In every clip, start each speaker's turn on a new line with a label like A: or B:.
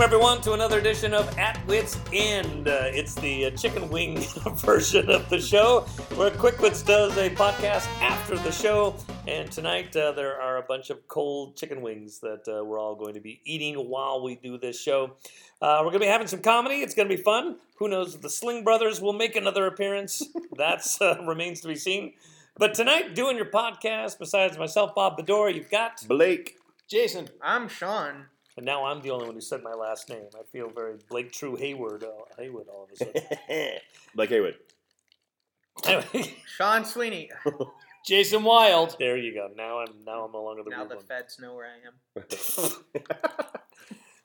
A: everyone, to another edition of At Wits End. Uh, it's the uh, chicken wing version of the show, where Quick Wits does a podcast after the show. And tonight, uh, there are a bunch of cold chicken wings that uh, we're all going to be eating while we do this show. Uh, we're going to be having some comedy. It's going to be fun. Who knows if the Sling Brothers will make another appearance? That's uh, remains to be seen. But tonight, doing your podcast, besides myself, Bob Bedore, you've got
B: Blake.
C: Jason. I'm Sean.
A: And now I'm the only one who said my last name. I feel very Blake True Hayward, uh, Hayward all of a sudden.
B: Blake Haywood.
A: anyway,
C: Sean Sweeney.
D: Jason Wild.
A: there you go. Now I'm now I'm no longer the
C: now
A: weird
C: the
A: one.
C: feds know where I am.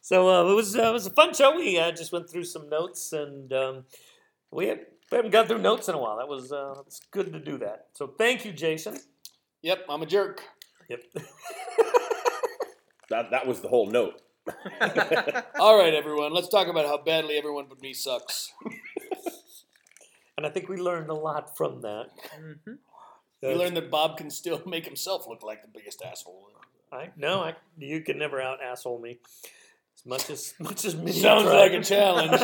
A: So uh, it was uh, it was a fun show. We uh, just went through some notes, and um, we, have, we haven't gone through notes in a while. That was uh, it's good to do that. So thank you, Jason.
D: Yep, I'm a jerk.
A: Yep.
B: That that was the whole note.
D: All right, everyone, let's talk about how badly everyone but me sucks.
A: And I think we learned a lot from that. Uh,
C: Mhm.
D: We learned that Bob can still make himself look like the biggest asshole.
A: I, no, I, you can never out asshole me. As much as much as many
D: Sounds
A: try.
D: like a challenge.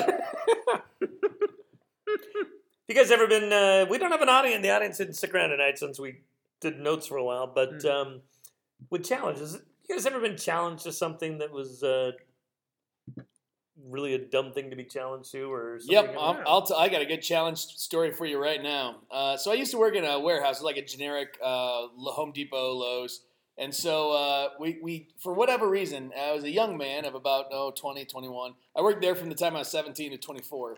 A: You guys ever been? Uh, we don't have an audience. The audience didn't stick around tonight since we did notes for a while. But
C: Mm.
A: um, with challenges, you guys ever been challenged to something that was uh, really a dumb thing to be challenged to, or something
D: yep, uh,
A: like
D: I'm, I'll t- I got a good challenge story for you right now. Uh, so I used to work in a warehouse, like a generic uh, Lo- Home Depot, Lowe's. And so uh, we, we, for whatever reason, I was a young man of about oh, 20, 21. I worked there from the time I was 17 to 24.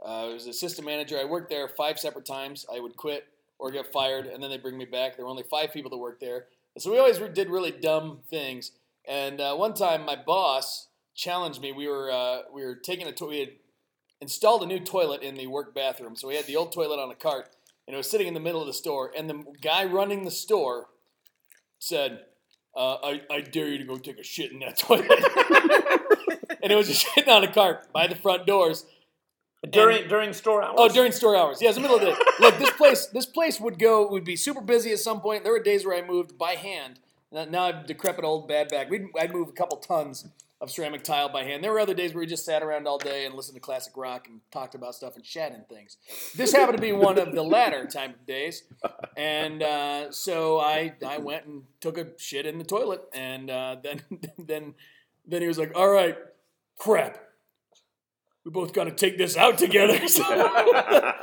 D: Uh, I was assistant manager. I worked there five separate times. I would quit or get fired, and then they bring me back. There were only five people that worked there. And so we always re- did really dumb things. And uh, one time, my boss challenged me. We were uh, we were taking a to- we had installed a new toilet in the work bathroom. So we had the old toilet on a cart, and it was sitting in the middle of the store. And the guy running the store said, uh, I, "I dare you to go take a shit in that toilet." and it was just sitting on a cart by the front doors.
A: during during store hours.
D: Oh, during store hours. Yeah, it's the middle of the day. Look, this place, this place would go would be super busy at some point. There were days where I moved by hand. Now, now I'm decrepit old bad back. We'd, I'd move a couple tons of ceramic tile by hand. There were other days where we just sat around all day and listened to classic rock and talked about stuff and chatted and things. This happened to be one of the latter time of days, and uh, so I I went and took a shit in the toilet, and uh, then then then he was like, "All right, crap." We both got to take this out together. So-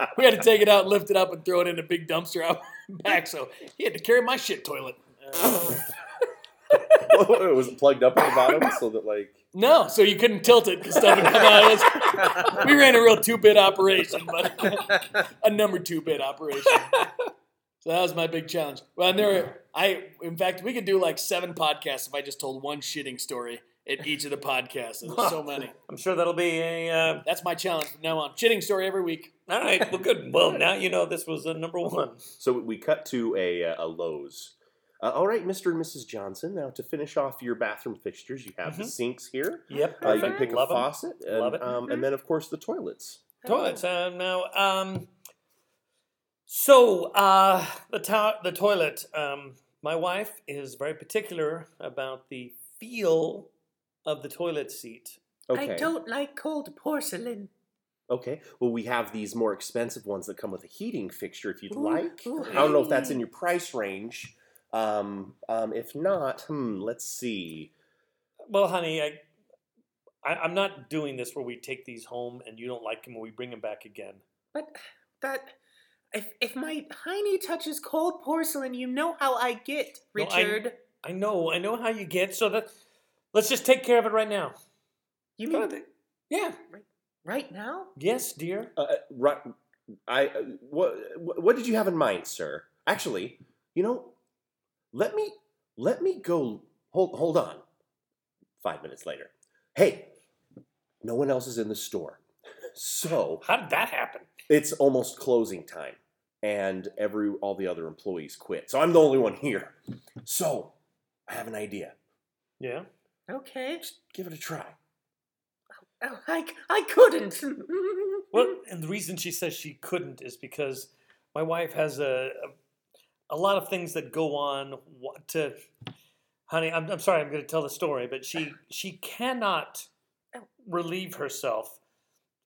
D: we had to take it out, lift it up, and throw it in a big dumpster out back. So he had to carry my shit toilet.
B: it was plugged up at the bottom so that like
D: No, so you couldn't tilt it 'cause stuff would come out. It was- we ran a real two-bit operation, but a number two-bit operation. So that was my big challenge. Well, and there were, I, in fact, we could do like seven podcasts if I just told one shitting story at each of the podcasts. There's so many.
A: I'm sure that'll be a. Uh,
D: That's my challenge from now on. Shitting story every week.
A: all right, well, good. Well, now you know this was a number one.
B: so we cut to a uh, a Lowe's. Uh, all right, Mr. and Mrs. Johnson. Now to finish off your bathroom fixtures, you have
A: Mhm.
B: the sinks here.
A: Yep,
B: Uh, you can pick
A: Love
B: a
A: 'em.
B: faucet, and,
A: Love it. Mm-hmm.
B: Um, and then of course the toilets.
E: Oh.
A: toilets.
C: Mm-hmm.
A: Uh, now, um, so uh, the to- the toilet. Um, my wife is very particular about the feel of the toilet seat.
B: Okay.
C: like cold porcelain.
B: Okay. Well, we have these more expensive ones that come with a heating fixture if you'd like. I don't know if that's in your price range. Um, um, if not, hmm, let's see.
A: Well, honey, I, I I'm not doing this where we take these home and you don't like them and we bring them back again.
E: But that if if my hiney touches cold porcelain, you know how I get,
A: No, I-
E: Richard.
A: I know, I know how you get. So that let's just take care of it right now.
E: you mean
A: Yeah.
E: right now?
A: Yes, dear.
B: Uh, uh, right, I uh, what what did you have in mind, sir? Actually, you know, let me let me go. Hold hold on. Five minutes later. Hey, no one else is in the store, so
A: How did that happen?
B: it's almost closing time, and every all the other employees quit. So I'm the only one here. So I have an idea.
A: Yeah.
E: Okay.
B: Just give it a try.
E: Oh, I I couldn't.
A: Well, and the reason she says she couldn't is because my wife has a a, a lot of things that go on wa- to. Honey, I'm, I'm sorry. I'm going to tell the story, but she she cannot relieve herself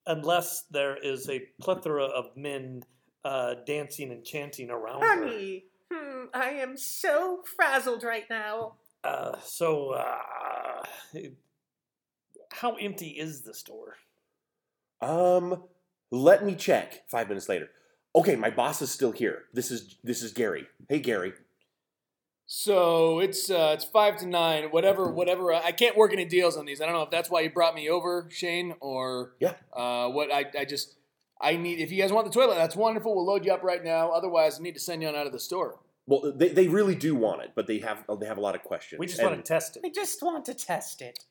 A: unless there is a plethora of men uh, dancing and chanting around her.
E: Honey, hmm, I am so frazzled right now.
A: Uh, so, uh, how empty is the store?
B: Um, let me check. Five minutes later. Okay, my boss is still here. This is this is Gary. Hey, Gary.
D: So it's uh, it's five to nine, whatever, whatever. uh, I can't work any deals on these. I don't know if that's why you brought me over, Shane, or
B: Yeah.
D: uh, what. I, I just I need. If you guys want the toilet, that's wonderful. We'll load you up right now. Otherwise, I need to send you on out of the store.
B: Well, they, they really do want it, but they have they have a lot of questions.
A: We just
B: And
A: want to test it.
E: I just want to test it.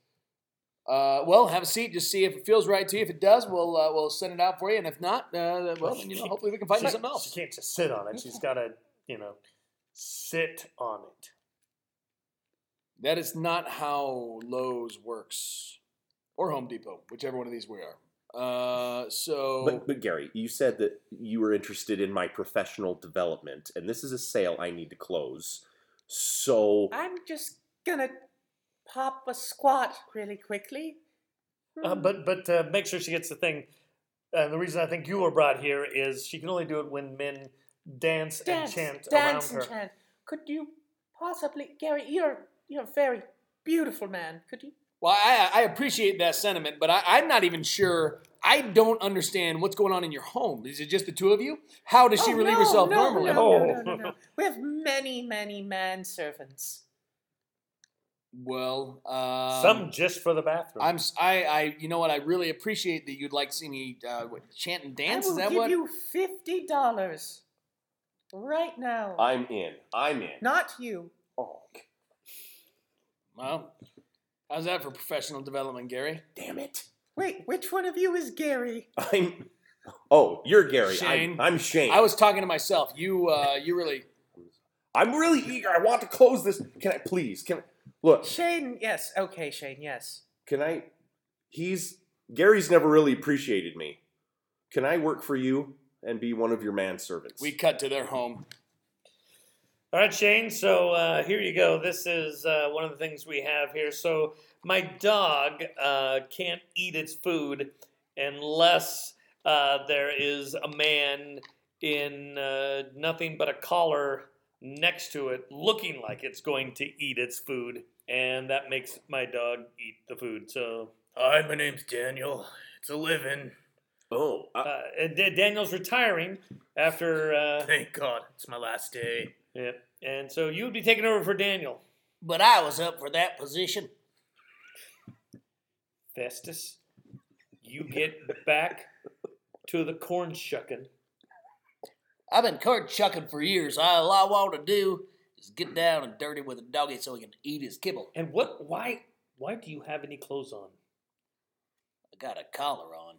D: Uh, well, have a seat. Just see if it feels right to you. If it does, we'll uh, we'll send it out for you. And if not, uh, well, then, you know, hopefully we can find you
A: She-
D: something else.
A: She can't just sit on it. She's got to, you know, sit on it.
D: That is not how Lowe's works, or Home Depot, whichever one of these we are. Uh, so
B: But, but Gary, you said that you were interested in my professional development, and this is a sale I need to close. So
E: I'm just gonna pop a squat really quickly.
A: Uh,
E: Hmm.
A: but but uh, make sure she gets the thing. Uh, the reason I think you were brought here is she can only do it when men dance,
E: dance,
A: and chant
E: dance
A: around
E: and
A: her.
E: chant. Could you possibly, Gary? You're you're a very beautiful man. Could you?
D: Well, I, I appreciate that sentiment, but I, I'm not even sure. I don't understand what's going on in your home. Is it just the two of you? How does she
E: Oh,
D: relieve
E: no,
D: herself
E: no,
D: normally?
E: No, no,
A: Oh.
E: no, no, no. We have many, many manservants.
D: Well, um,
A: Some just for the bathroom.
D: I'm. s- I, I- You know what? I really appreciate that you'd like to see me uh, what, chant and dance.
E: I
D: Is
E: will
D: that
E: give
D: what?
E: you fifty dollars right now.
B: I'm in. I'm in.
E: Not you.
B: Oh,
D: Well, how's that for professional development, Gary?
B: damn it!
E: Wait, which one of you is Gary?
B: I'm. Oh, you're Gary.
D: Shane.
B: I'm, I'm Shane.
D: I was talking to myself. You. Uh, you really.
B: I'm really eager. I want to close this. Can I please? Can I,
D: Oh.
B: look?
E: Shane. Yes. Okay, Shane. Yes.
B: Can I? He's Gary's never really appreciated me. Can I work for you and be one of your manservants?
D: We cut to their home.
A: All right, Shane. So uh, here you go. This is uh, one of the things we have here. So my dog uh, can't eat its food unless uh, there is a man in uh, nothing but a collar next to it, looking like it's going to eat its food, and that makes my dog eat the food. So
C: Hi, my name's Daniel. It's a living.
B: Oh, I,
A: uh, and Da- Daniel's retiring after, uh,
C: Thank God, it's my last day.
A: yeah. and so you'd be taking over for Daniel,
C: But I was up for that position.
A: Festus. You get back to the corn shucking.
C: I've been card chucking for years. All I want to do is get down and dirty with a doggy so he can eat his kibble.
A: And what? Why? Why do you have any clothes on?
C: I got a collar on.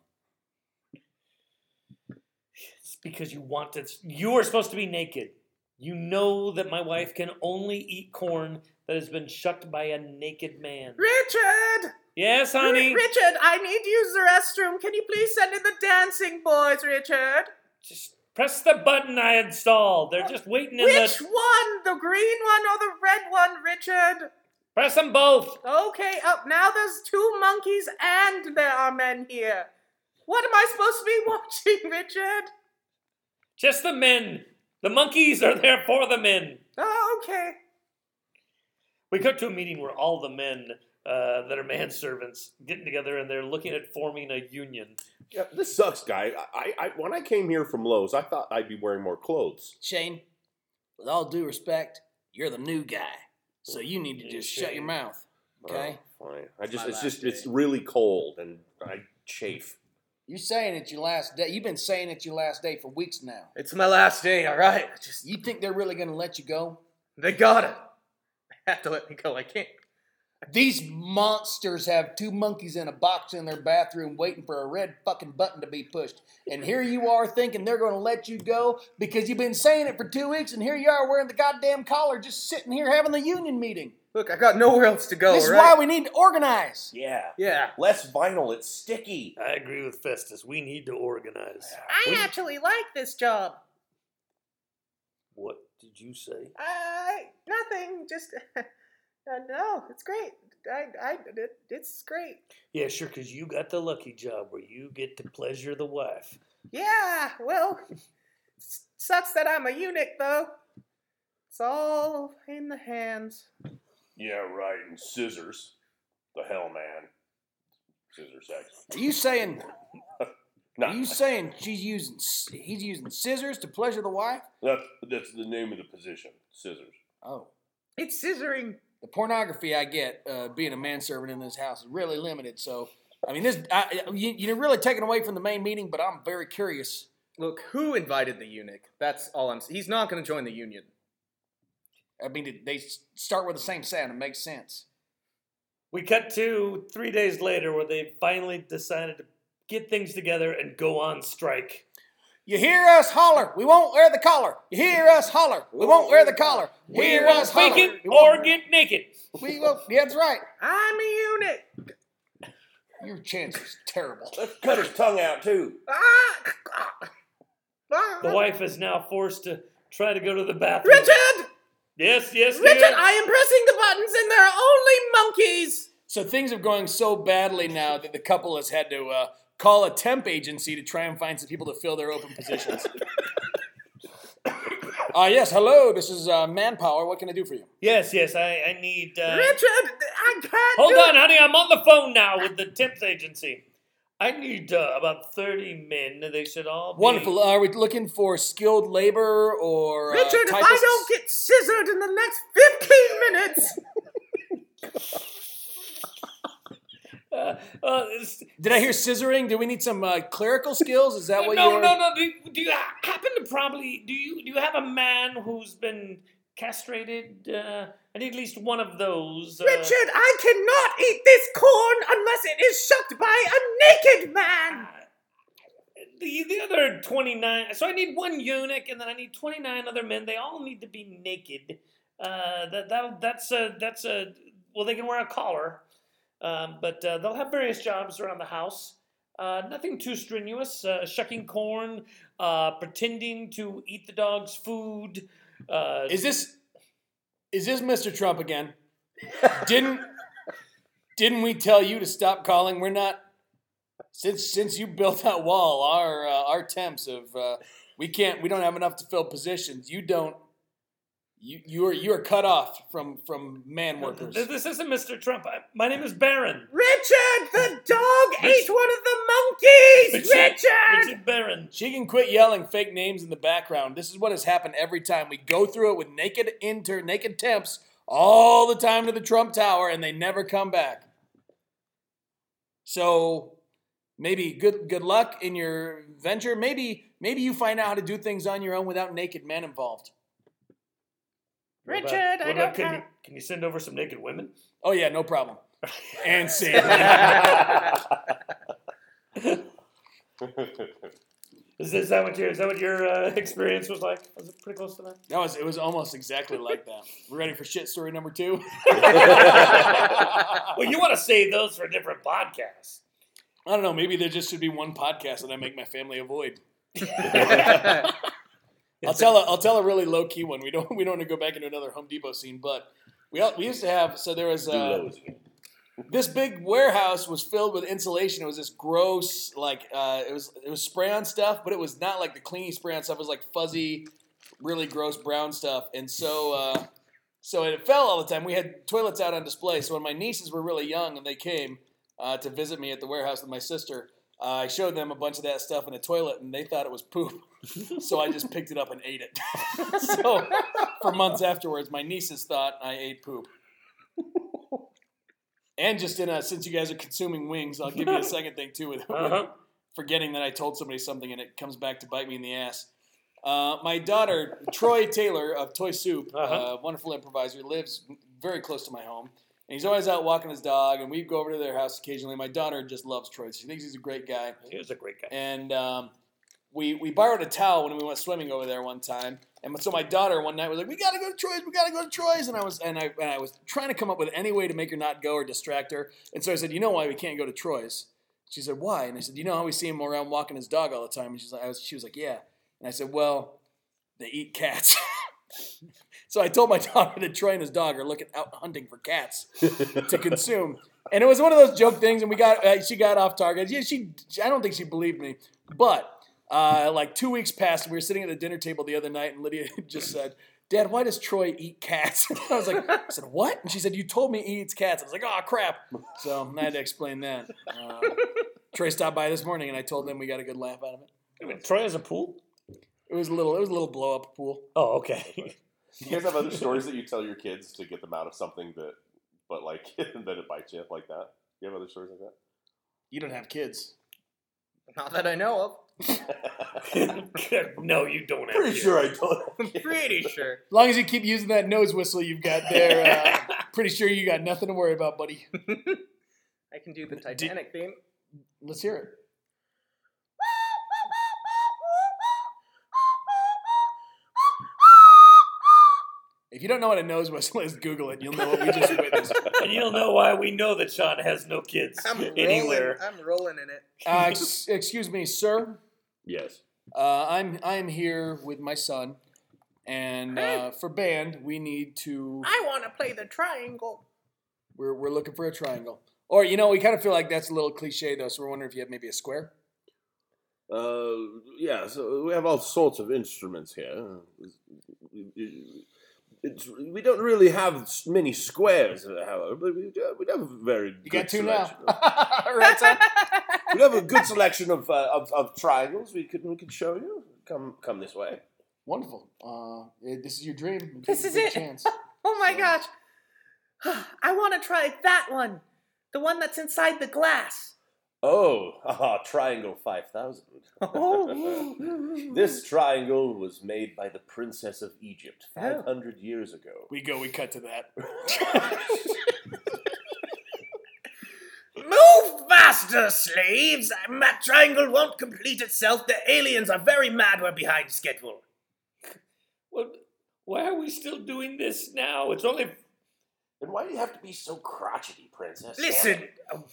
A: It's because you want to. You are supposed to be naked. You know that my wife can only eat corn that has been shucked by a naked man.
E: Richard.
A: Yes, honey.
E: Richard, I need to use the restroom. Can you please send in the dancing boys, Richard?
A: Just press the button I installed. They're just waiting in
E: Which
A: the.
E: one? The green one or the red one, Richard?
A: Press them both.
E: Okay, up now there's two monkeys and there are men here. What am I supposed to be watching, Richard?
A: Just the men. The monkeys are there for the men.
E: Oh, okay.
A: We go to a meeting where all the men uh, that are manservants getting together and they're looking at forming a union.
B: yeah, this sucks, guy. I, I when I came here from Lowe's, I thought I'd be wearing more clothes.
C: Shane, with all due respect, you're the new guy.
D: So you need to just shut your mouth. Okay.
B: Oh, fine. I just
D: my
B: it's
D: last
B: just it's
D: day.
B: really cold and I chafe.
D: You're saying it's your last day. You've been saying it's your last day for weeks now.
C: It's my last day, all right? I just
D: You think they're really going to let you go?
C: They got it. They have to let me go. I can't.
D: These monsters have two monkeys in a box in their bathroom waiting for a red fucking button to be pushed. And here you are thinking they're going to let you go because you've been saying it for two weeks, and here you are wearing the goddamn collar just sitting here having the union meeting.
C: Look, I got nowhere else to go.
D: this is
C: all
D: why
C: right?
D: we need to organize.
B: Yeah.
C: Yeah.
B: Less vinyl, it's sticky.
A: I agree with Festus. We need to organize.
E: I actually like this job.
A: What did you say?
E: I nothing. Just Uh, no, it's great. I, I, it, it's great.
A: Yeah, sure, because you got the lucky job where you get to pleasure the wife.
E: Yeah, well, s- sucks that I'm a eunuch, though. It's all in the hands.
F: Yeah, right. And scissors. The hell, man. Scissor sex.
C: Are you saying?
F: Nah,
C: Are you saying she's using? s- He's using scissors to pleasure the wife?
F: that's, that's the name of the position. Scissors.
C: Oh,
E: It's scissoring.
C: the pornography I get uh, being a manservant in this house is really limited. So, I mean, this I, I- you, you're really taking away from the main meeting, but I'm very curious.
G: Look, who invited the eunuch? That's all I'm. s- He's not going to join the union.
C: I mean, did they s- start with the same sound. It makes sense.
A: We cut to three days later where they finally decided to get things together and go on strike.
C: You hear us holler, we won't wear the collar. You hear us holler, we won't wear the collar. You
A: We
C: hear
A: will
C: us
A: fake
C: holler.
A: it
C: we won't-
A: or get naked.
C: We will. Yeah, that's right.
E: I'm a eunuch.
C: Your chance is terrible.
F: Let's cut his tongue out, too.
E: Ah! Ah! Ah!
A: The wife is now forced to try to go to the bathroom.
E: Richard!
A: Yes, yes,
E: Richard,
A: yes.
E: I am pressing the buttons and there are only monkeys!
D: So things are going so badly now that the couple has had to uh, call a temp agency to try and find some people to fill their open positions. uh, yes, hello. This is uh, Manpower. What can I do for you?
A: yes, yes, I, I need. Uh,
E: Richard, I can't
A: hold
E: do
A: on, honey. I'm on the phone now with the temps agency. I need uh, about 30 men. They should all be.
D: Wonderful. Are we looking for skilled labor or uh,
E: Richard, if I
D: typists?
E: don't get scissored in the next 15 minutes,
A: Uh, uh, it's-
D: Did I hear scissoring? Do we need some uh, clerical skills? Is that what
A: no,
D: you're?
A: no, no. Do, you- do you happen to probably do you do you have a man who's been castrated? Uh, I need at least one of those. Uh,
E: Richard, I cannot eat this corn unless it is shucked by a naked man!
A: the the other twenty nine. So I need one eunuch, and then I need twenty nine other men. They all need to be naked. Uh, that that that's a that's a well, they can wear a collar, um, but uh, they'll have various jobs around the house. Uh, nothing too strenuous. Uh, shucking corn, uh, pretending to eat the dog's food. Uh,
D: Is this is this Mr. Trump again? didn't didn't we tell you to stop calling? We're not since since you built that wall. Our uh, our temps of uh, we can't we don't have enough to fill positions. You don't. You you are you are cut off from from man workers.
A: Th- This isn't Mr. Trump. I, my name is Baron.
E: Richard, the dog ate one of the monkeys! Richard!
A: Richard Baron.
D: She can quit yelling fake names in the background. This is what has happened every time. We go through it with naked inter naked temps all the time to the Trump Tower and they never come back. So maybe good good luck in your venture. Maybe maybe you find out how to do things on your own without naked men involved.
A: What about-
E: Richard, I
A: what about-
E: don't
A: can,
E: have-
A: you, can you send over some naked women?
D: Oh yeah, no problem. And see.
A: Is, is that what your is that what your uh, experience was like? Was it pretty close to that?
D: That was it was almost exactly like that. We're ready for shit story number two.
A: Well, you want to save those for different podcasts.
D: I don't know, maybe there just should be one podcast that I make my family avoid. I'll tell a, I'll tell a really low key one. We don't we don't want to go back into another Home Depot scene, but we all, we used to have so there was uh, this big warehouse was filled with insulation. It was this gross like uh, it was it was spray on stuff, but it was not like the cleaning spray on stuff. It was like fuzzy, really gross brown stuff, and so. Uh, so it fell all the time. We had toilets out on display. So when my nieces were really young and they came uh, to visit me at the warehouse with my sister, uh, I showed them a bunch of that stuff in the toilet, and they thought it was poop. so I just picked it up and ate it. so for months afterwards, my nieces thought I ate poop. And just in a, since you guys are consuming wings, I'll give you a second thing too with
A: Uh-huh.
D: forgetting that I told somebody something and it comes back to bite me in the ass. Uh, my daughter, Troy Taylor of Toy Soup, uh
A: Uh-huh.
D: wonderful improviser, lives very close to my home. And he's always out walking his dog, and we go over to their house occasionally. My daughter just loves Troy. She thinks he's a great guy.
A: He was a great guy.
D: And um, we, we borrowed a towel when we went swimming over there one time. And so my daughter one night was like, "We gotta go to Troy's. We gotta go to Troy's." And I was and I and I was trying to come up with any way to make her not go or distract her. And so I said, "You know why we can't go to Troy's?" She said, "Why?" And I said, "You know how we see him around walking his dog all the time." And she's like, I was, "She was like, yeah." And I said, "Well, they eat cats." So I told my daughter to train his dog or look at out hunting for cats to consume. And it was one of those joke things, and we got uh, she got off target. Yeah, she I don't think she believed me, but uh, like two weeks passed, and we were sitting at the dinner table the other night, and Lydia just said. Dad, why does Troy eat cats? And I was like, I said, what? And she said, you told me he eats cats. I was like, oh, crap. So I had to explain that. Uh, Trey stopped by this morning, and I told him we got a good laugh out of it.
A: Troy has a pool?
D: It was a little, it was a little blow up pool.
A: Oh, okay.
H: You guys have other stories that you tell your kids to get them out of something that, but like that it bites you like that. You have other stories like that.
D: You don't have kids.
I: Not that I know of.
A: no, you don't have
H: Pretty
A: to.
H: sure I don't.
I: Pretty sure.
D: As long as you keep using that nose whistle you've got there, uh, pretty sure you got nothing to worry about, buddy.
I: I can do the Titanic theme.
D: Let's hear it. If you don't know what a nose whistle is, Google it. You'll know what we just witnessed.
A: And you'll know why we know that Sean has no kids
I: I'm rolling.
A: anywhere.
I: I'm rolling in it.
D: Uh, ex- excuse me, sir.
B: Yes.
D: Uh, I'm I'm here with my son, and uh, for band we need to.
E: I want to play the triangle.
D: We're we're looking for a triangle. Or you know, we kind of feel like that's a little cliche though, so we're wondering if you have maybe a square.
B: Uh, yeah, so we have all sorts of instruments here. It's, we don't really have s- many squares, however, but we do, we have a very
D: You
B: good
D: got two now.
B: selection.
D: right, son?
B: we have a good selection of, uh, of, of triangles we could, we could show you. Come come this way.
D: Wonderful. Uh, eh, this is your dream. You
E: This
D: get a
E: is
D: big
E: it.
D: Chance.
E: oh my
D: So-
E: gosh. I want to try that one. The one that's inside the glass.
B: Oh, haha, triangle 5000. this triangle was made by the princess of Egypt 500 years ago.
D: We go. We cut to that.
E: Move faster, slaves! That triangle won't complete itself. The aliens are very mad we're behind schedule.
A: What? Why are we still doing this now? It's only
B: And why do you have to be so crotchety, princess?
E: Listen, um,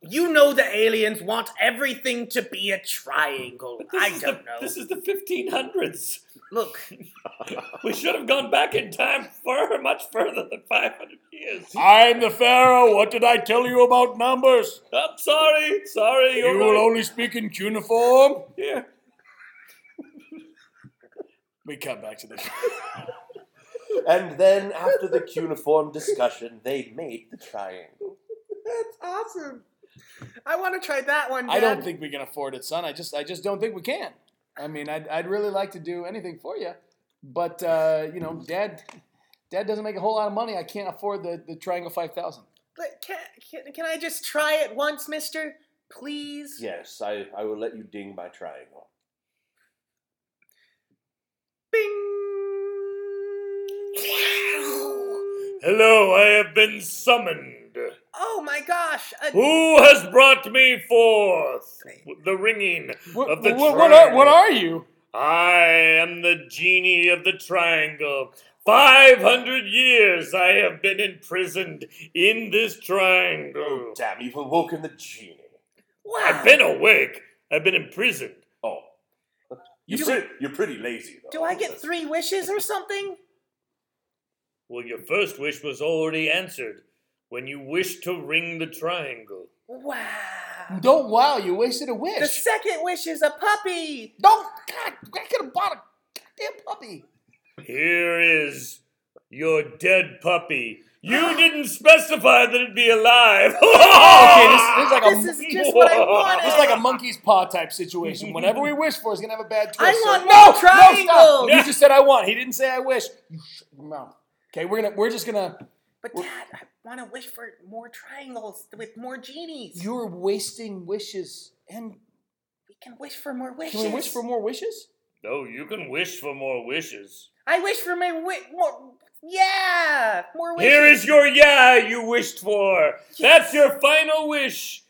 E: you know the aliens want everything to be a triangle.
A: But this
E: I
A: is
E: don't
A: the,
E: know.
A: This is the 1500s.
E: Look,
A: We should have gone back in time far much further than 500 years.
D: I'm the pharaoh. What did I tell you about numbers?
A: I'm sorry, sorry. You're
D: You will
A: right.
D: only speak in cuneiform.
A: Yeah.
D: We cut back to this.
B: And then after the cuneiform discussion, they made the triangle.
E: that's awesome. I want to try that one.
D: I don't
E: Dad.
D: think we can afford it, son. I just, I just don't think we can. I mean, I'd, I'd really like to do anything for you, but uh, you know, Dad, Dad doesn't make a whole lot of money. I can't afford the, the Triangle Five Thousand.
E: But can, can, can I just try it once, mister? Please?
B: Yes, I, I will let you ding my triangle.
E: Bing!
A: Hello, I have been summoned.
E: Oh my gosh! A,
A: Who has brought me forth? The ringing.
D: What,
A: Of the
D: what, what are, what
A: triangle.
D: are you?
A: I am the genie of the triangle. 500 years I have been imprisoned in this triangle.
B: Damn, you've awoken the genie.
E: wow!
A: I've been awake. I've been imprisoned.
B: Oh.
H: You
E: do-
H: said you're pretty lazy though.
E: Do I get three wishes or something?
A: Well, your first wish was already answered when you wished to ring the triangle.
E: Wow!
D: Don't wow! You wasted a wish.
E: The second wish is a puppy.
D: Don't. God, I could have bought a goddamn puppy.
A: Here is your dead puppy. You didn't specify that it'd be alive. okay,
D: this- this is like a-
E: This is just what I wanted.
D: It's like a monkey's paw type situation. Whatever we wish for is gonna have a bad twist.
E: I
D: So-
E: want
D: no,
E: more
D: no,
E: triangles!
D: stop. You just said I want. He didn't say I wish. You shut your mouth. Okay, we're gonna. We're just gonna.
E: But Dad, I want to wish for more triangles with more genies.
D: You're wasting wishes. And
E: we can wish for more wishes.
D: can we wish for more wishes?
A: No, you can wish for more wishes.
E: I wish for my wi- more. Yeah, more wishes.
A: Here is your yeah you wished for. That's your final wish.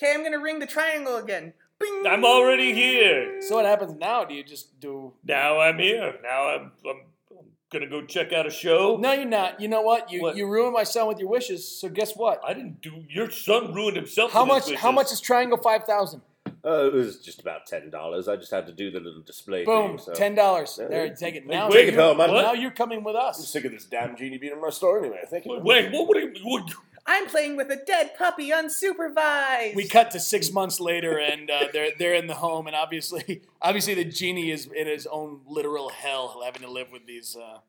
E: Okay, I'm gonna ring the triangle again. Bing.
A: I'm already here.
D: So what happens now? Do you just do?
A: Now I'm here. Now I'm, I'm, I'm gonna go check out a show.
D: No, you're not. You know what? You
A: What?
D: you ruined my son with your wishes. So guess what?
A: I didn't do. Your son ruined himself.
D: How
A: with his
D: much? How
A: wishes.
D: much is Triangle Five Thousand?
B: Uh, it was just about ten dollars. I just had to do the little display
D: Boom,
B: thing. So.
D: ten dollars.
B: Yeah.
D: There, take it now.
A: Wait,
D: you're-
B: no, man.
D: now you're coming with
J: I'm
D: us.
J: sick of this damn genie being in my store anyway. Thank you.
A: Wait, what would he? Would,
E: I'm playing with a dead puppy unsupervised.
D: We cut to six months later, and uh, they're they're in the home, and obviously, obviously, the genie is in his own literal hell, having to live with these uh,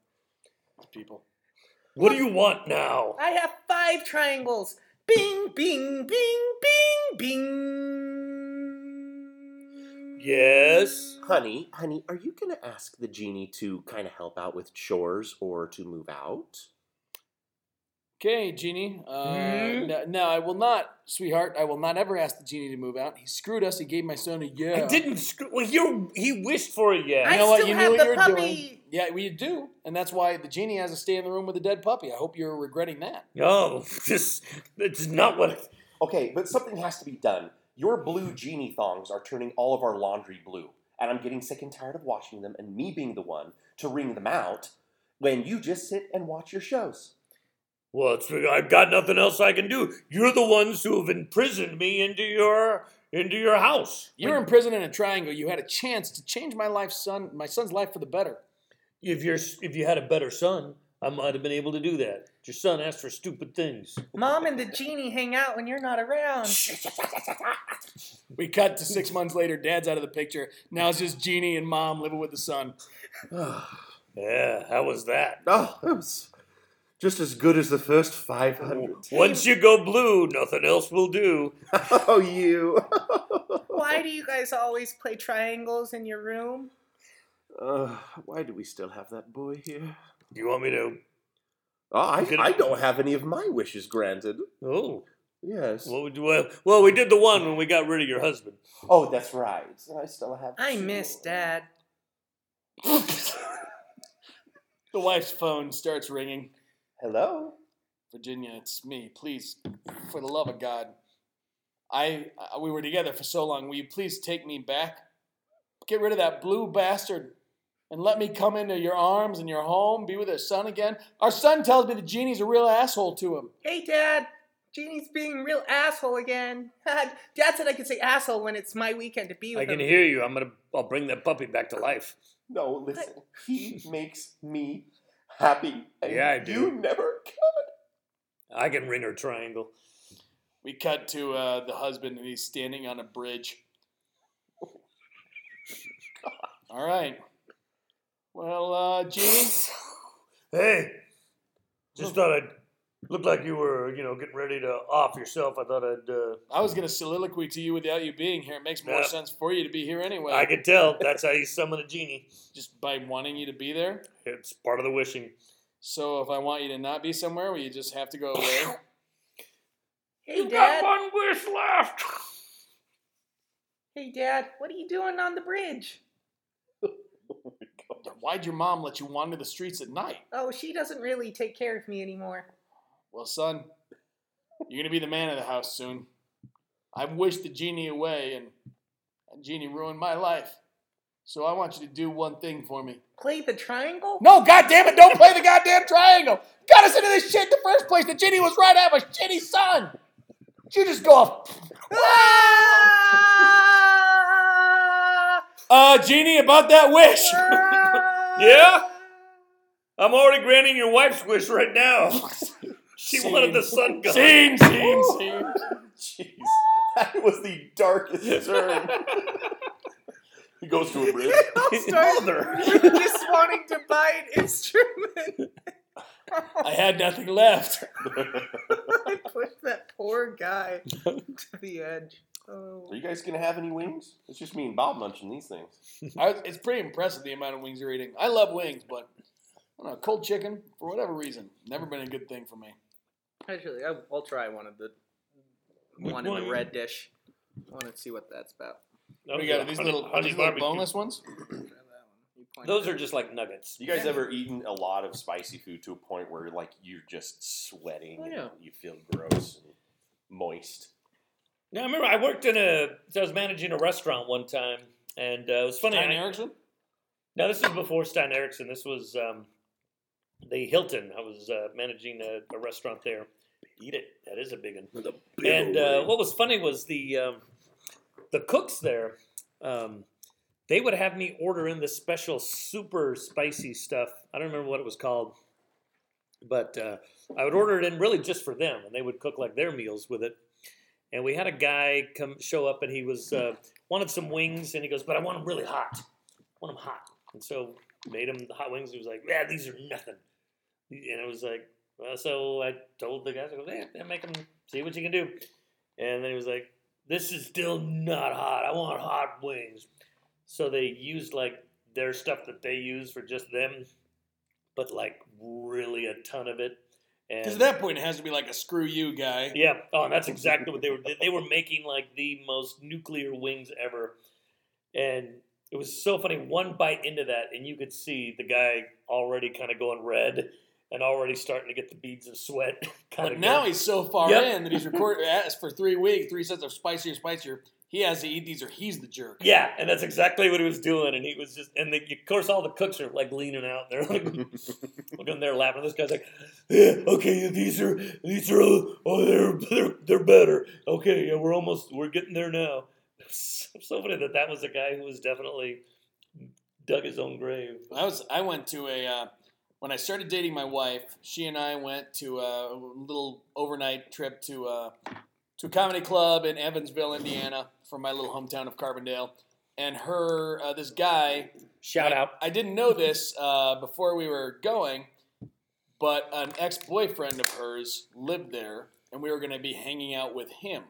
D: people.
A: what do you want now?
E: I have five triangles. Bing, bing, bing, bing, bing.
A: Yes.
B: Honey, honey, are you gonna ask the genie to kind of help out with chores or to move out?
D: Okay, genie. Uh,
A: Hmm?
D: no, no, I will not, sweetheart. I will not ever ask the genie to move out. He screwed us. He gave my son a yeah.
A: I didn't. Screw, well, you he wished for it
E: I
A: yet.
D: know what?
E: still
D: You knew
E: have
D: what
E: the
D: you were
E: puppy.
D: doing. Yeah, we do, and that's why the genie has to stay in the room with a dead puppy. I hope you're regretting that.
A: No, Oh, this it's not what.
B: Okay, but something has to be done. Your blue genie thongs are turning all of our laundry blue, and I'm getting sick and tired of washing them and me being the one to wring them out when you just sit and watch your shows.
A: Well, it's, I've got nothing else I can do. You're the ones who have imprisoned me into your into your house.
D: You were in prison in a triangle. You had a chance to change my life, son. My son's life for the better.
A: If you're if you had a better son, I might have been able to do that. Your son asked for stupid things.
E: Mom and the genie hang out when you're not around.
D: We cut to six months later. Dad's out of the picture. Now it's just Genie and Mom living with the son.
A: Yeah, how was that?
B: Oh, that was just as good as the first 500.
A: Once you go blue, nothing else will do.
B: Oh, you.
E: Why do you guys always play triangles in your room?
B: Uh, why do we still have that boy here?
A: Do you want me to?
B: Oh, I,
A: Could-
B: I don't have any of my wishes granted.
A: Oh,
B: Yes.
A: what would well, well, we did the one when we got rid of your husband.
B: Oh, that's right. I still have.
E: I miss Dad.
D: The wife's phone starts ringing.
B: Hello.
D: Virginia, it's me. Please, for the love of God, I, I we were together for so long. Will you please take me back? Get rid of that blue bastard and let me come into your arms and your home, be with our son again. Our son tells me the genie's a real asshole to him.
E: Hey, Dad. Genie's being a real asshole again. Dad said I could say asshole when it's my weekend to be with
A: I can
E: him.
A: hear you. I'm gonna. I'll bring that puppy back to life.
B: No, listen. He makes me happy. and
A: Yeah, I do.
B: You never.
A: I can ring her triangle.
D: We cut to uh, the husband, and he's standing on a bridge. All right. Well, uh, Genie,
A: Hey, just thought I'd look like you were, you know, getting ready to off yourself. I thought I'd. Uh,
D: I was going to soliloquy to you without you being here. It makes more
A: Yeah.
D: sense for you to be here anyway.
A: I could tell. That's how you summon a genie.
D: just by wanting you to be there.
A: It's part of the wishing.
D: So if I want you to not be somewhere, will you just have to go away?
E: Hey, Dad.
A: one wish left.
E: Hey, Dad. What are you doing on the bridge?
D: Why'd your mom let you wander the streets at night?
E: Oh, she doesn't really take care of me anymore.
D: Well, son, you're gonna be the man of the house soon. I've wished the genie away, and that genie ruined my life. So I want you to do one thing for me.
E: Play the triangle?
D: No, goddamn it! Don't play the goddamn triangle. Got us into this shit in the first place. The genie was right. I have a shitty son. You just go off.
E: Ah!
D: Uh, genie, about that wish.
E: Ah!
A: Yeah? I'm already granting your wife's wish right now. She
D: Scene.
A: wanted the sun god.
D: Scene, scene, scene.
J: Jeez, that was the darkest turn. he goes to a bridge.
E: Start with just wanting to buy an instrument.
D: I had nothing left.
E: I pushed that poor guy to the edge. Oh.
J: Are you guys gonna have any wings? It's just me and Bob munching these things.
D: I, it's pretty impressive the amount of wings you're eating. I love wings, but I don't know, cold chicken for whatever reason never been a good thing for me.
K: Actually, I- I'll try one of the one in
A: one?
K: the red dish. I want to see what that's about.
A: That
D: What
A: was
D: do you got?
A: a
D: Are these
A: honey-
D: little, are
A: honey
D: these little
A: barbecue.
D: boneless ones?
K: Try that one. You point
A: Those
K: it
A: are
K: out.
A: just like nuggets.
J: You guys ever eaten a lot of spicy food to a point where like you're just sweating
K: Oh, yeah.
J: and you feel gross and moist?
A: Now I remember I worked in a. So I was managing a restaurant one time, and uh, it was funny.
D: Stein
A: I-
D: Erickson.
A: No, this was before Stein Erickson. This was um, the Hilton. I was uh, managing a, a restaurant uh, there. Eat it. That is a big one. And uh, what was funny was the um, the cooks there, um, they would have me order in this special super spicy stuff. I don't remember what it was called, but uh, I would order it in really just for them, and they would cook like their meals with it. And we had a guy come show up, and he was uh, wanted some wings, and he goes, "But I want them really hot. I want them hot." And so made him the hot wings. He was like, "Yeah, these are nothing." And it was like, well, so I told the guys, I go, "Yeah, yeah, make them see what you can do." And then he was like, "This is still not hot. I want hot wings." So they used like their stuff that they use for just them, but like really a ton of it. And
D: Because at that point, it has to be like a screw you guy.
A: yeah. Oh, and that's exactly what they were. They were making like the most nuclear wings ever, and it was so funny. One bite into that, and you could see the guy already kind of going red and already starting to get the beads of sweat. Kind
D: But
A: of
D: now he's so far
A: Yep.
D: in that he's recorded asked for three weeks, three sets of spicier, spicier. He has to eat these or he's the jerk.
A: yeah, and that's exactly what he was doing. And he was just, and the, of course, all the cooks are like leaning out. They're like looking there, laughing. This guy's like, yeah, "Okay, these are these are oh, oh, they're they're they're better. Okay, yeah, we're almost we're getting there now." So, so funny that that was a guy who was definitely dug his own grave.
D: I was I went to a uh, when I started dating my wife. She and I went to a little overnight trip to uh, to a comedy club in Evansville, Indiana, from my little hometown of Carbondale. And her uh, this guy
A: Shout
D: I-
A: out.
D: I didn't know this uh, before we were going, but an ex boyfriend of hers lived there, and we were going to be hanging out with him.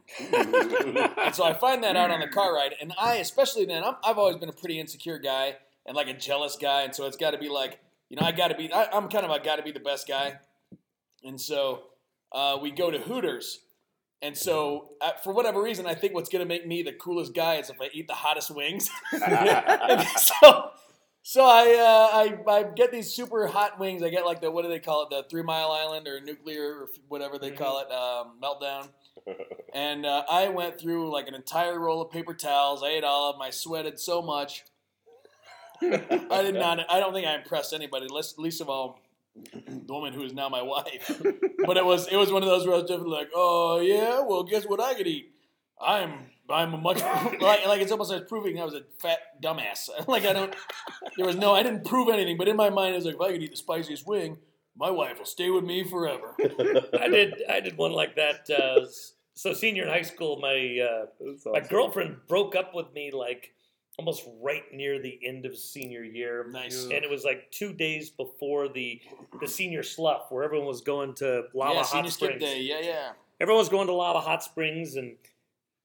D: And so I find that out on the car ride, and I, especially then, I'm, I've always been a pretty insecure guy and like a jealous guy, and so it's got to be like, you know, I got to be, I, I'm kind of a got to be the best guy, and so uh, we go to Hooters, and so uh, for whatever reason, I think what's gonna make me the coolest guy is if I eat the hottest wings. And so, so I, uh, I I get these super hot wings. I get like the what do they call it? The Three Mile Island or nuclear or whatever they call it um, meltdown. And uh, I went through like an entire roll of paper towels. I ate all of them. I sweated so much. I did not. I don't think I impressed anybody. Least, least of all, the woman who is now my wife. but it was it was one of those where I was definitely like, oh yeah, well guess what I could eat? I'm I'm a much like like it's almost like proving I was a fat dumbass. like I don't there was no I didn't prove anything, but in my mind I was like, if I could eat the spiciest wing, my wife will stay with me forever.
A: I did I did one like that. Uh, s- so senior in high school, my uh,
F: That's
A: my
F: awesome.
A: girlfriend broke up with me like almost right near the end of senior year.
D: Nice.
A: And it was like two days before the the senior slough where everyone was going to lava
D: yeah,
A: hot
D: senior skip
A: springs.
D: day, yeah, yeah.
A: Everyone was going to lava hot springs and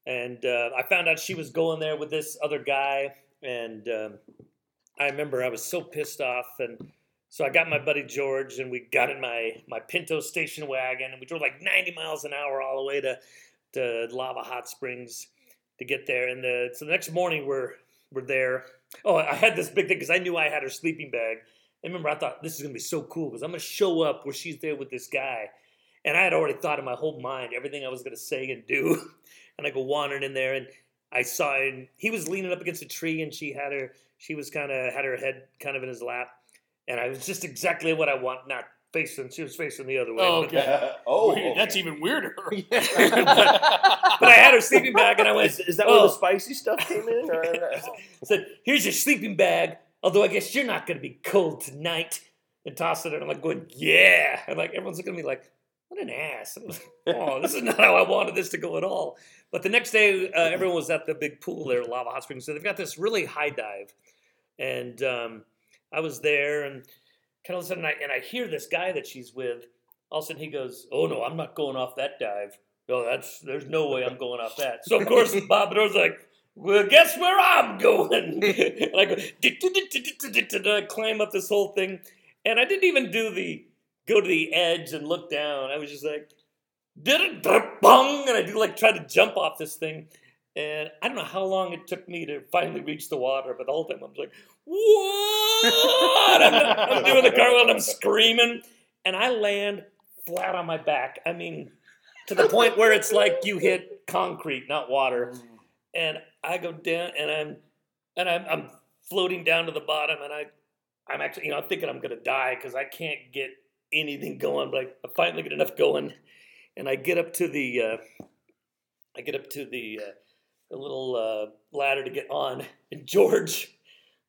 A: and uh, I found out she was going there with this other guy and um, I remember I was so pissed off and so I got my buddy George and we got in my my Pinto station wagon and we drove like 90 miles an hour all the way to to Lava Hot Springs to get there. And the, so the next morning we're we're there. Oh, I had this big thing because I knew I had her sleeping bag. And remember, I thought this is gonna be so cool because I'm gonna show up where she's there with this guy. And I had already thought in my whole mind everything I was gonna say and do. And I go wandering in there and I saw him. He was leaning up against a tree and she had her she was kind of had her head kind of in his lap. And I was just exactly what I want, not facing. She was facing the other way.
D: Oh,
A: but-
D: okay.
F: oh,
D: Weird, That's
F: okay.
D: even weirder.
A: but I had her sleeping bag and I went.
B: Is, is that
A: oh.
B: where the spicy stuff came in? Or,
A: said, "Here's your sleeping bag. Although I guess you're not going to be cold tonight." And tossed it, and I'm like, "Going, yeah!" And like everyone's looking at me like, "What an ass!" And I'm like, oh, this is not how I wanted this to go at all. But the next day, uh, everyone was at the big pool there, at Lava Hot Springs. So they've got this really high dive, and um, I was there, and kind of all of a sudden, I, and I hear this guy that she's with. All of a sudden, he goes, "Oh no, I'm not going off that dive. No, that's there's no way I'm going off that." So of course, Bob Bedore's like, "Well, guess where I'm going?" and I go, "Du-du-du-du-du-du-du-du," I climb up this whole thing, and I didn't even do the go to the edge and look down. I was just like, did it bong, and I do like try to jump off this thing. And I don't know how long it took me to finally reach the water, but the whole time I'm like, what? I'm, I'm doing the cartwheel and I'm screaming, and I land flat on my back. I mean, to the point where it's like you hit concrete, not water. And I go down, and I'm, and I'm, I'm floating down to the bottom, and I, I'm actually, you know, I'm thinking I'm gonna die because I can't get anything going. But I finally get enough going, and I get up to the uh, I get up to the uh, a little uh, ladder to get on, and George,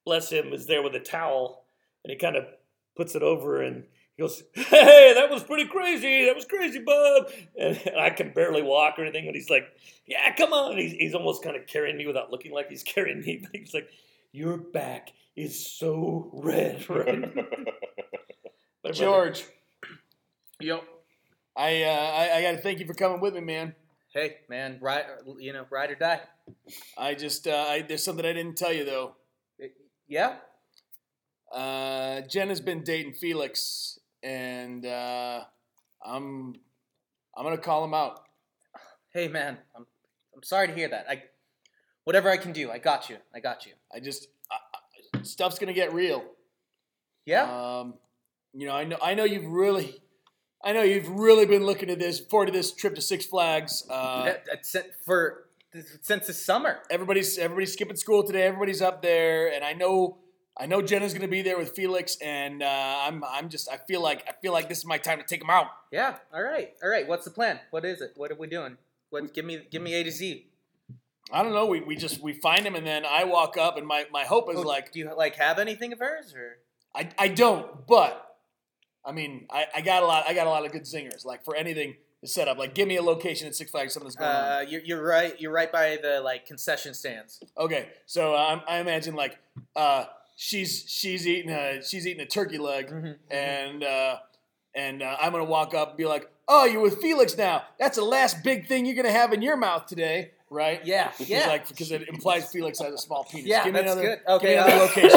A: bless him, is there with a towel, and he kind of puts it over and he goes, "Hey, that was pretty crazy. That was crazy, bub." And, and I can barely walk or anything, but he's like, "Yeah, come on." And he's, he's almost kind of carrying me without looking like he's carrying me, but he's like, "Your back is so red, right?" But-
D: George,
G: Yep.
D: I, uh, I I gotta thank you for coming with me, man.
G: Hey, man, ride, you know, ride or die.
D: I just uh, I, there's something I didn't tell you though.
G: Yeah?
D: Uh, Jen has been dating Felix, and uh, I'm I'm gonna call him out.
G: Hey, man, I'm, I'm sorry to hear that. I, whatever I can do, I got you. I got you.
D: I just I, I- stuff's gonna get real.
G: Yeah?
D: Um, you know, I know I know you've really, I know you've really been looking at this forward to this trip to Six Flags. Uh,
G: That- that's it for since the summer.
D: everybody's everybody's skipping school today. Everybody's up there, and I know I know Jenna's gonna be there with Felix, and uh, I'm I'm just I feel like I feel like this is my time to take him out.
G: Yeah. All right. All right. What's the plan? What is it? What are we doing? What? Give me, give me A to Z.
D: I don't know. We, we just we find him, and then I walk up, and my my hope is
G: Oh,
D: like
G: do you like have anything of hers or?
D: I, I don't, but I mean I, I got a lot I got a lot of good zingers. Like for anything to set up, like give me a location at Six Flags, something that's going on.
G: Uh, you're, you're right. You're right by the like concession stands.
D: Okay, so um, I imagine like uh, she's she's eating a she's eating a turkey leg,
G: Mm-hmm.
D: and uh, and uh, I'm gonna walk up and be like, "Oh, you're with Felix now. That's the last big thing you're gonna have in your mouth today, right?"
G: Yeah.
D: She's
G: Yeah.
D: like because it implies Felix has a small penis.
G: yeah,
D: give me
G: that's
D: another,
G: good.
D: give me
G: Okay,
D: another
G: uh,
D: location.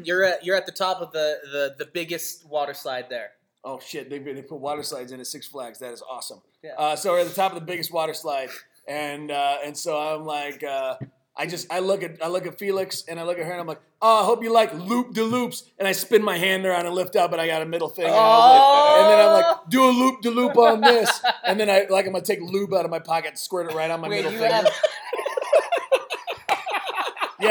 G: like, you're at you're at the top of the, the the biggest water slide there.
D: oh shit, they they put water slides in at Six Flags. That is awesome.
G: Yeah.
D: Uh, so we're at the top of the biggest water slide, and uh, and so I'm like, uh, I just I look at I look at Felix and I look at her and I'm like, oh, I hope you like loop de loops, and I spin my hand around and lift up, and I got a middle finger. and I'm
G: Oh.
D: like- And then I'm like, do a loop de loop on this, and then I like I'm gonna take lube out of my pocket, and squirt it right on my
G: Oh! Wait,
D: middle
G: you
D: finger.
G: have-
D: yeah,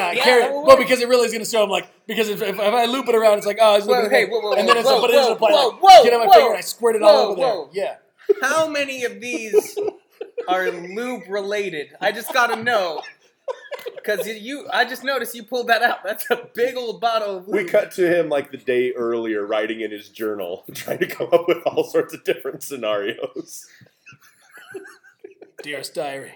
D: I
G: Yeah,
D: carry
G: that
D: it.
G: would
D: Well,
G: work.
D: because it really is gonna show. I'm like, because if, if, if I loop it around, it's like, oh, it's
G: Whoa,
D: looping
G: hey,
D: it.
G: whoa, whoa,
D: and then
G: whoa,
D: it's but it
G: whoa,
D: doesn't apply.
G: whoa,
D: like,
G: whoa,
D: get on my
G: whoa.
D: finger and I squirt it all
G: Whoa,
D: over
G: whoa.
D: there. Yeah.
G: how many of these are lube related? I just gotta know. Cause you, I just noticed you pulled that out. That's a big old bottle of lube.
B: We cut to him like the day earlier, writing in his journal, trying to come up with all sorts of different scenarios.
D: Dearest diary,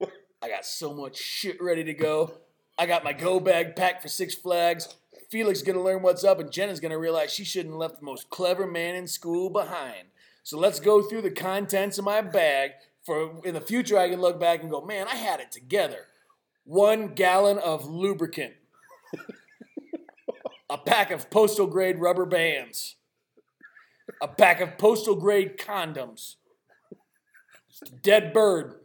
D: I got so much shit ready to go. I got my go bag packed for Six Flags. Felix gonna learn what's up, and Jenna's gonna realize she shouldn't have left the most clever man in school behind. So let's go through the contents of my bag. For in the future, I can look back and go, man, I had it together. One gallon of lubricant, a pack of postal grade rubber bands, a pack of postal grade condoms, dead bird.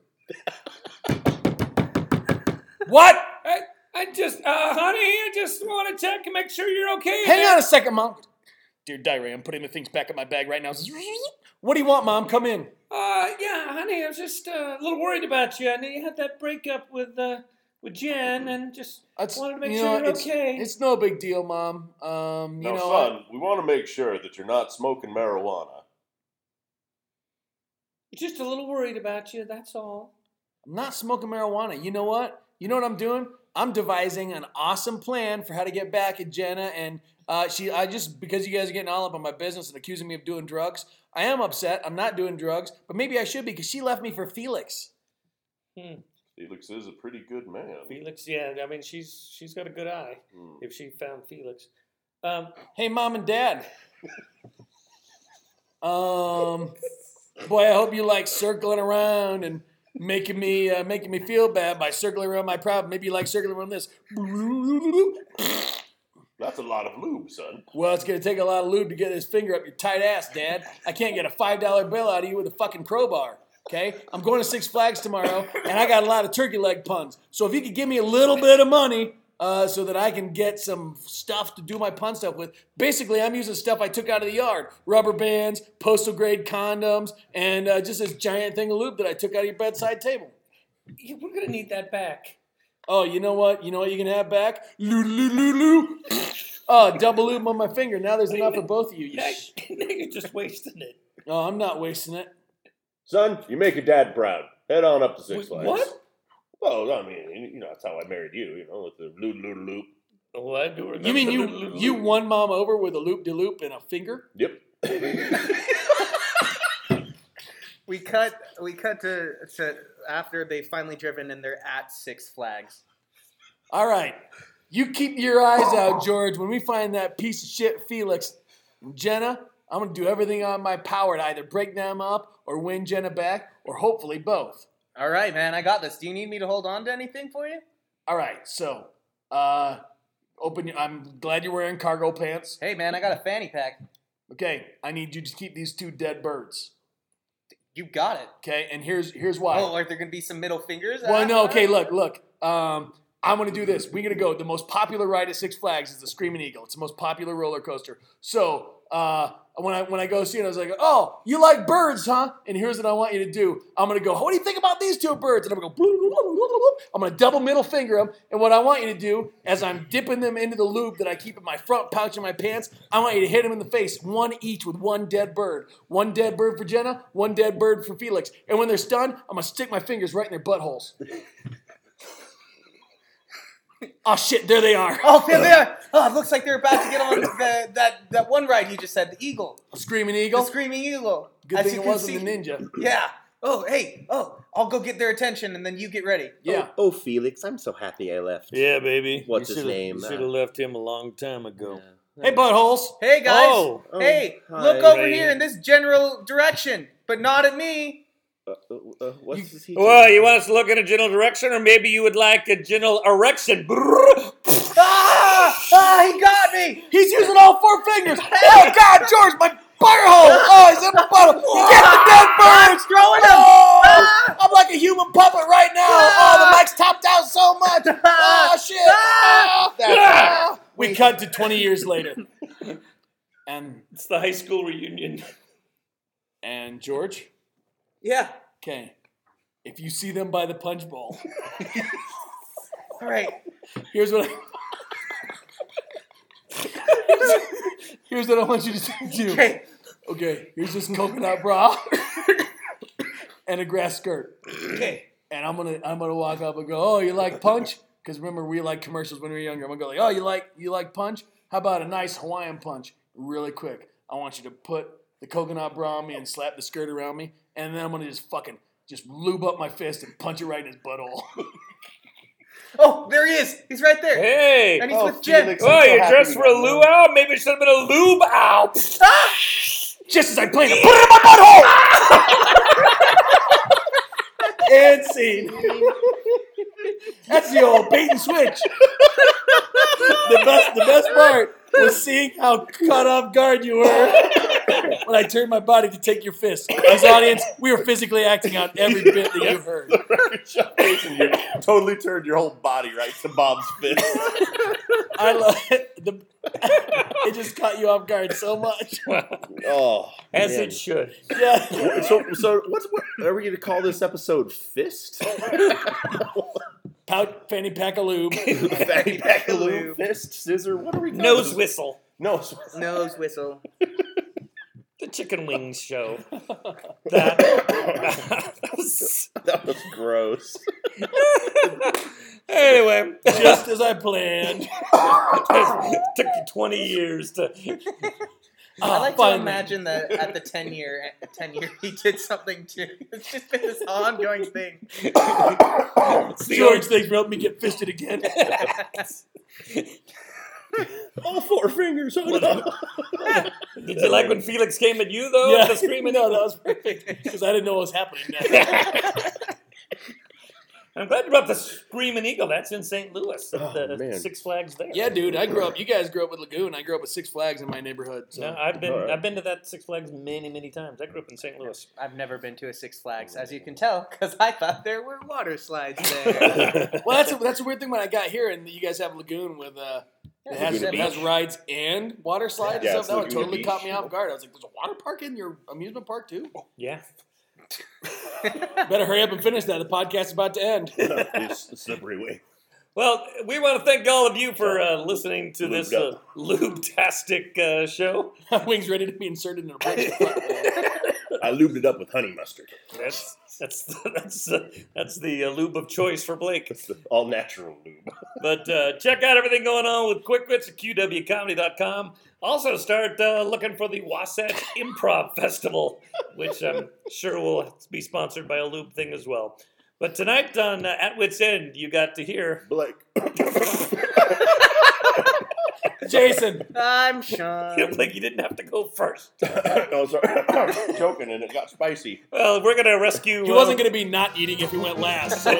D: what?
A: I, I just, uh, honey, I just want to check and make sure you're okay.
D: Hang on a second, Mom. Dear diary, I'm putting the things back in my bag right now. What do you want, Mom? Come in.
A: Uh, yeah, honey, I was just uh, a little worried about you. I know you had that breakup with uh, with Jen, and just
D: That's-
A: wanted to make
D: you
A: sure
D: know,
A: you're
D: it's,
A: okay.
D: It's no big deal, Mom. Um, you
F: now,
D: know,
F: son, we want to make sure that you're not smoking marijuana.
A: just a little worried about you. That's all.
D: I'm not smoking marijuana. You know what? You know what I'm doing? I'm devising an awesome plan for how to get back at Jenna. And uh, she, I just because you guys are getting all up on my business and accusing me of doing drugs. I am upset. I'm not doing drugs, but maybe I should be because she left me for Felix.
F: Felix is a pretty good man.
A: Felix, yeah, I mean, she's she's got a good eye.
F: Hmm.
A: If she found Felix, um,
D: Hey, mom and dad. um, boy, I hope you like circling around and making me uh, making me feel bad by circling around my problem. Maybe you like circling around this.
F: That's a lot of lube, son.
D: Well, it's gonna take a lot of lube to get this finger up your tight ass, Dad. I can't get a five dollar bill out of you with a fucking crowbar. Okay, I'm going to Six Flags tomorrow, and I got a lot of turkey leg puns. So if you could give me a little bit of money, uh, so that I can get some stuff to do my pun stuff with. Basically, I'm using stuff I took out of the yard: rubber bands, postal grade condoms, and uh, just this giant thing of lube that I took out of your bedside table.
A: yeah, we're gonna need that back.
D: Oh, you know what? You know what you can have back? Loo loo loo loo. Oh, double lube on my finger. Now there's enough for both of you. you
A: Now
D: sh-
A: you're just wasting it.
D: Oh, I'm not wasting it.
B: Son, you make your dad proud. Head on up to Six
A: Wait,
B: Flags.
A: What?
L: Well, I mean, you know, that's how I married you. You know, with the loop, loop, loop.
A: Oh, I do remember.
D: You mean
A: the
D: you
A: little-
D: you won mom over with a loop de loop and a finger?
L: Yep.
E: We cut. We cut to, to after they finally driven and they're at Six Flags.
D: All right. You keep your eyes out, George. When we find that piece of shit Felix and Jenna, I'm gonna do everything on my power to either break them up or win Jenna back, or hopefully both.
E: All right, man, I got this. Do you need me to hold on to anything for you?
D: All right, so uh open your I'm glad you're wearing cargo pants.
E: Hey, man, I got a fanny pack.
D: Okay, I need you to keep these two dead birds.
E: You got it.
D: Okay, and here's here's why.
E: Oh, are there gonna be some middle fingers?
D: Well, no,
E: after?
D: okay, look, look. Um, I'm going to do this. We're going to go. The most popular ride at Six Flags is the Screaming Eagle. It's the most popular roller coaster. So uh, when I when I go see it, I was like, oh, you like birds, huh? And here's what I want you to do. I'm going to go, what do you think about these two birds? And I'm going to go, bloop, bloop, bloop, bloop, bloop. I'm going to double middle finger them. And what I want you to do, as I'm dipping them into the lube that I keep in my front pouch in my pants, I want you to hit them in the face, one each with one dead bird. One dead bird for Jenna, one dead bird for Felix. And when they're stunned, I'm going to stick my fingers right in their buttholes. Oh shit, there they are.
E: Oh, there they are. Oh, it looks like they're about to get on the, that that one ride you just said, the eagle,
D: Screaming
E: the
D: Eagle.
E: screaming eagle.
D: Good
E: As
D: thing
E: you
D: it
E: can
D: wasn't
E: see-
D: the ninja.
E: Yeah. Oh, hey. Oh, I'll go get their attention, and then you get ready.
D: Yeah.
B: Oh, oh, Felix, I'm so happy I left.
A: Yeah, baby.
B: What's
A: You
B: his
A: shoulda-
B: name?
A: You
B: Uh,
A: should have left him a long time ago.
D: Hey, buttholes.
E: Hey, guys.
A: Oh,
B: Oh,
E: hey,
B: hi.
E: look over
A: Ray.
E: here in this general direction, but not at me.
B: Uh, uh, uh, what's his he?
A: well, you want us to look in a general direction, or maybe you would like a general erection? Brrr.
E: Ah! Ah! He got me.
D: He's using all four fingers. oh God, George, my butter hole. Oh, he's in the bottom. Get the dead
E: Ah!
D: birds.
E: Throwing him.
D: Oh,
E: Ah!
D: I'm like a human puppet right now. Oh, the mic's topped out so much. Oh shit. Oh, that's- ah. We cut to 20 years later. And
A: It's the high school reunion.
D: and George,
E: Yeah.
D: okay. If you see them by the punch bowl,
E: All right.
D: here's what I Here's- Here's what I want you to do.
E: Okay.
D: Okay, here's this coconut bra and a grass skirt.
E: Okay.
D: And I'm gonna I'm gonna walk up and go, Oh, you like punch? Because remember we like commercials when we were younger. I'm gonna go like, Oh, you like you like punch? How about a nice Hawaiian punch? Really quick. I want you to put the coconut bra on me and slap the skirt around me, and then I'm gonna just fucking just lube up my fist and punch it right in his butthole.
E: Oh, there he is. He's right there.
A: Hey!
E: And
A: Oh,
E: he's
L: Oh,
E: with Jen.
L: Felix. I'm so
A: you're
L: happy
A: dressed
L: we
A: for a
L: got one.
A: luau? Maybe it should have been a lube ow.
D: just as I play it, put it in my butthole. and scene. That's the old bait and switch. The best, the best part was seeing how caught off guard you were when I turned my body to take your fist. As audience, we were physically acting out every bit that you heard.
L: Record shop face, and you totally turned your whole body right to Bob's fist.
D: I love it. The, it just caught you off guard so much.
B: Oh,
A: As
B: man.
A: it should.
D: Yeah.
B: Wha- So, so what's what? Are we going to call this episode "Fist"?
D: Pout, fanny pack a lube.
B: Fanny pack a lube, fist, scissor. What are we? calling
A: Nose
B: this?
A: whistle.
B: Nose.
E: Nose whistle.
A: The chicken wings show. That.
B: That was gross.
A: anyway,
D: Just as I planned.
A: took you 20 years to.
E: I
D: Ah,
E: like
D: finally.
E: to imagine that at the ten year, at ten year, he did something too. It's just been this ongoing thing.
D: George, thanks for helping me get fisted again.
B: All four fingers. on it.
A: Did you like when Felix came at you, though?
D: yeah,
A: The screaming?
D: No, that was perfect because I didn't know what was happening. Next.
A: I'm glad you brought up the Screaming Eagle. That's in St. Louis at
B: Oh,
A: the
B: man.
A: Six Flags there.
D: yeah, dude, I grew up. You guys grew up with Lagoon. I grew up with Six Flags in my neighborhood. So
A: No, I've been
B: All right.
A: I've been to that Six Flags many many times. I grew up in St. Louis.
E: I've never been to a Six Flags, as you can tell, because I thought there were water slides there.
D: well, that's a, that's a weird thing when I got here and you guys have Lagoon with uh, it has,
B: Laguna
D: it has
B: Beach.
D: rides and water slides
L: Yeah,
D: and
L: it's
D: stuff. That would
L: Laguna
D: totally
L: Beach.
D: caught me off guard. I was like, "There's a water park in your amusement park too."
A: Yeah,
D: Better hurry up and finish that. The podcast's about to end.
B: It's a slippery way.
A: Well, we want to thank all of you for uh, listening to this
B: Lubed
A: uh, lubed-tastic uh, show.
D: Wings ready to be inserted in a break.
B: I lubed it up with honey mustard.
A: That's that's that's the, that's the uh, lube of choice for Blake.
B: It's the all natural lube.
A: But uh, check out everything going on with Quick Wits at QWComedy.com. Also, start uh, looking for the Wasatch Improv Festival, which I'm sure will be sponsored by a lube thing as well. But tonight on uh, At Wits End, you got to hear
B: Blake.
C: Jason,
G: I'm Sean.
A: Blake. uh, You didn't have to go first.
B: no, sorry. Choking and it got spicy.
A: Well, we're gonna rescue. uh,
C: he wasn't going to be not eating if he went last. so-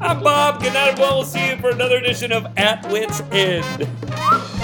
A: I'm Bob. Good night, everyone. We'll see you for another edition of At Wits End.